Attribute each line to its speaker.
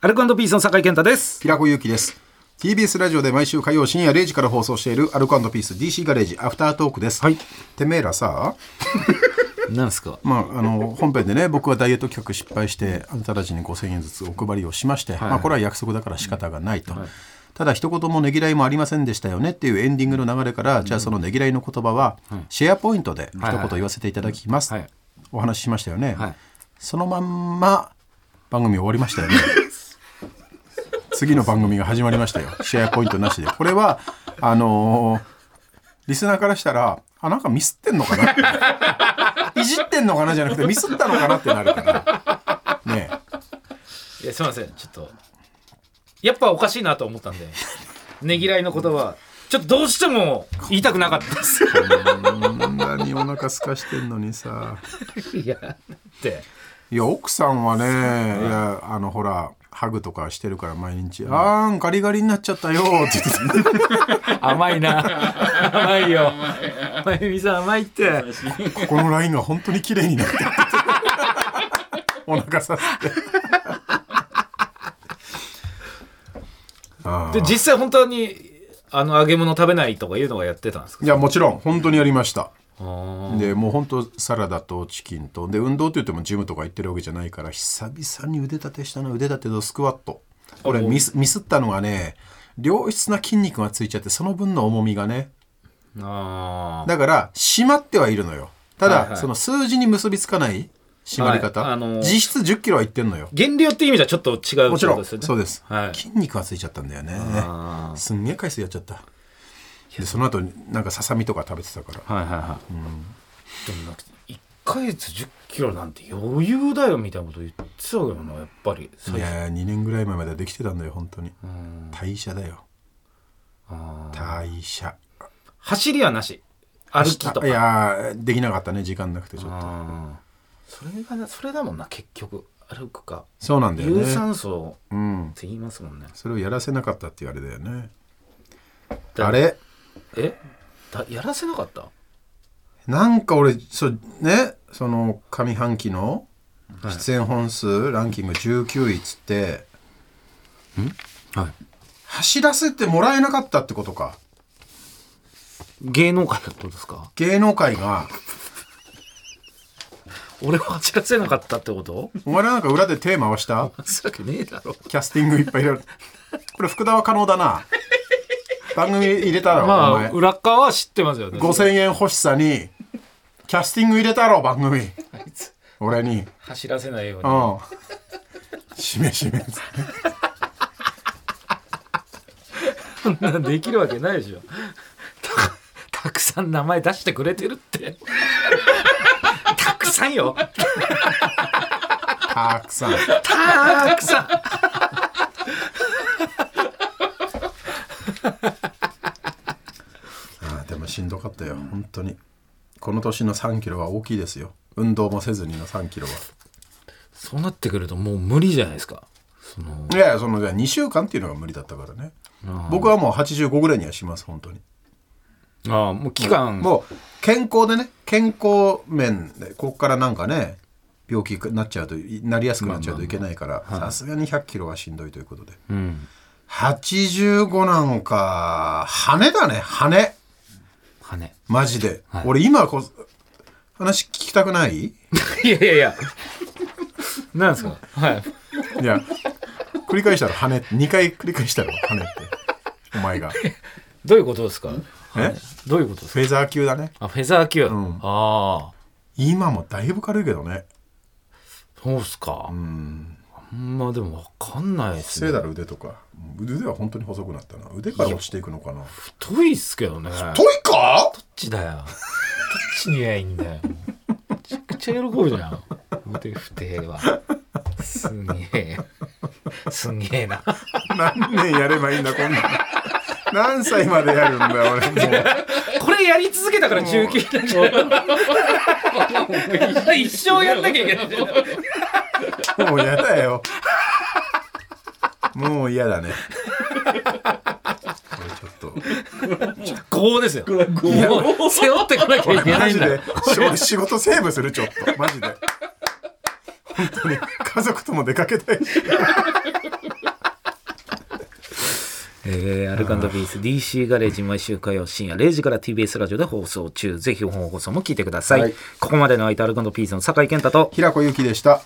Speaker 1: アルコピースの酒井健太です。
Speaker 2: 平子祐希です TBS ラジオで毎週火曜深夜0時から放送しているアルコピース DC ガレージアフタートークです、
Speaker 1: はい
Speaker 2: てめえらさ、
Speaker 1: なんですか
Speaker 2: まあ、あの本編でね僕はダイエット企画失敗してあんたたちに5000円ずつお配りをしまして、まあ、これは約束だから仕方がないと、ただ一言もねぎらいもありませんでしたよねっていうエンディングの流れから、じゃあそのねぎらいの言葉は、シェアポイントで一言言わせていただきます、
Speaker 1: はいはい
Speaker 2: お話ししましたよね、
Speaker 1: はい
Speaker 2: そのまんま番組終わりました よね次の番組が始まりましたよシェアポイントなしでこれはあのーリスナーからしたらあなんかミスってんのかなっていじってんのかなじゃなくてミスったのかなってなるからねえ
Speaker 3: いやすいませんちょっとやっぱおかしいなと思ったんでねぎらいの言葉ちょっとどうしても言いたくなかったです
Speaker 2: こんなにお腹空かしてんのにさ
Speaker 3: いやって
Speaker 2: いや奥さんはねいやあのほらハグとかしてるから毎日「あーんガリガリになっちゃったよ」って言ってた
Speaker 1: 甘いな。甘いよ。まゆみさん甘いって。
Speaker 2: このラインが本当に綺麗になってるお腹さすってあ
Speaker 3: で実際本当にあの揚げ物食べないとかいうのがやってたんですか
Speaker 2: いやもちろん本当にやりました
Speaker 3: あー
Speaker 2: でもう本当サラダとチキンとで運動って言ってもジムとか行ってるわけじゃないから久々に腕立てしたな腕立てとスクワット俺ミスミスったのがね良質な筋肉がついちゃってその分の重みがね
Speaker 3: あ
Speaker 2: だから締まってはいるのよただ、
Speaker 3: はいはい
Speaker 2: その数字に結びつかない締まり方、
Speaker 3: はいあのー
Speaker 2: 実質1 0キロはいってんのよ
Speaker 3: 減量って意味じゃちょっと違う
Speaker 2: もちろん、
Speaker 3: ってことです
Speaker 2: そ
Speaker 3: よ
Speaker 2: う
Speaker 3: ね
Speaker 2: です、
Speaker 3: はい
Speaker 2: 筋肉がついちゃったんだよね
Speaker 3: あ
Speaker 2: すんげえ回数やっちゃったでその後になんかささみとか食べてたから
Speaker 3: はいはいはい、でもなんか1ヶ月1 0キロなんて余裕だよみたいなこと言ってたけどなやっぱり最
Speaker 2: い
Speaker 3: 初
Speaker 2: やー2年ぐらい前まではできてたんだよ本当に代謝だよ
Speaker 3: あー
Speaker 2: 代謝
Speaker 3: 走りはなし歩きとか
Speaker 2: いやーできなかったね時間なくてちょっと
Speaker 3: あーそれがなそれだもんな結局歩くか
Speaker 2: そうなんだよ
Speaker 3: 有
Speaker 2: ね
Speaker 3: 酸素
Speaker 2: うん
Speaker 3: って言いますもんね
Speaker 2: それをやらせなかったってあれだよね
Speaker 3: だ
Speaker 2: あれ
Speaker 3: えだやらせなかった
Speaker 2: なんか俺そうねその上半期の出演本数ランキング19位っつって、
Speaker 3: はい
Speaker 2: 走らせてもらえなかったってことか
Speaker 3: 芸能界ってことですか
Speaker 2: 芸能界が
Speaker 3: 俺は走らせなかったって こと
Speaker 2: お前らなんか裏で手回した
Speaker 3: すわけねえだろ
Speaker 2: キャスティングいっぱい入れるこれ福田は可能だな番組入れたろ、
Speaker 3: ま
Speaker 2: お
Speaker 3: あ
Speaker 2: 前
Speaker 3: 裏側は知ってますよね
Speaker 2: 5000円欲しさにキャスティング入れたろ番組
Speaker 3: あいつ
Speaker 2: 俺に
Speaker 3: 走らせないよう
Speaker 2: う
Speaker 3: に
Speaker 2: んしめしめっつって
Speaker 3: そんなんできるわけないでしょたたくさん名前出してくれてるってたくさんよ
Speaker 2: たくさん
Speaker 3: たく さん
Speaker 2: あーでもしんどかったよ本当にこの年の3キロは大きいですよ運動もせずにの3キロは
Speaker 3: そうなってくるともう無理じゃないですかその
Speaker 2: いやいやそのじゃあ2週間っていうのが無理だったからね僕はもう85ぐらいにはします本当に
Speaker 3: ああもう期間
Speaker 2: もう健康でね健康面でここからなんかね病気になっちゃうとなりやすくなっちゃうといけないからさすがに1 0 0キロはしんどいということで、
Speaker 3: ん
Speaker 2: 85なんか羽だね羽
Speaker 3: 羽
Speaker 2: マジで、俺今こそ話聞きたくない
Speaker 3: いやいやいやなんですかはい
Speaker 2: いや繰り返したら羽2回繰り返したら羽ってお前が
Speaker 3: どういうことですか
Speaker 2: え
Speaker 3: どういうことですか
Speaker 2: フェザー級だね
Speaker 3: あフェザー級、
Speaker 2: ん
Speaker 3: ああ
Speaker 2: 今もだいぶ軽いけどね
Speaker 3: そうっすかうんあんまでも分かんないっす
Speaker 2: せい
Speaker 3: ね
Speaker 2: だら腕とか腕は本当に細くなったな腕から落ちていくのかな
Speaker 3: 太いっすけどねどっ
Speaker 2: トイか
Speaker 3: ちだよどっちにやいいんだよめちゃくちゃ喜ぶじゃん腕不定はすげえすげえな
Speaker 2: 何年やればいいんだこんなの何歳までやるんだよ俺もう
Speaker 3: これやり続けたから19年一生やんなきゃいけない
Speaker 2: もうやだよもう嫌だねこれちょっと
Speaker 3: こうですよもう背負ってこなきゃいけな
Speaker 2: マ
Speaker 3: いん
Speaker 2: ジ
Speaker 3: だよ
Speaker 2: で仕仕事セーブするちょっとマジで本当に家族とも出かけたいし
Speaker 3: えー、アルカンドビース DC ガレージ毎週火曜深夜0時から TBS ラジオで放送中ぜひ本放送も聞いてください、
Speaker 2: はい
Speaker 3: ここまでの相手アルカンドピースの酒井健太と
Speaker 2: 平子ゆきでした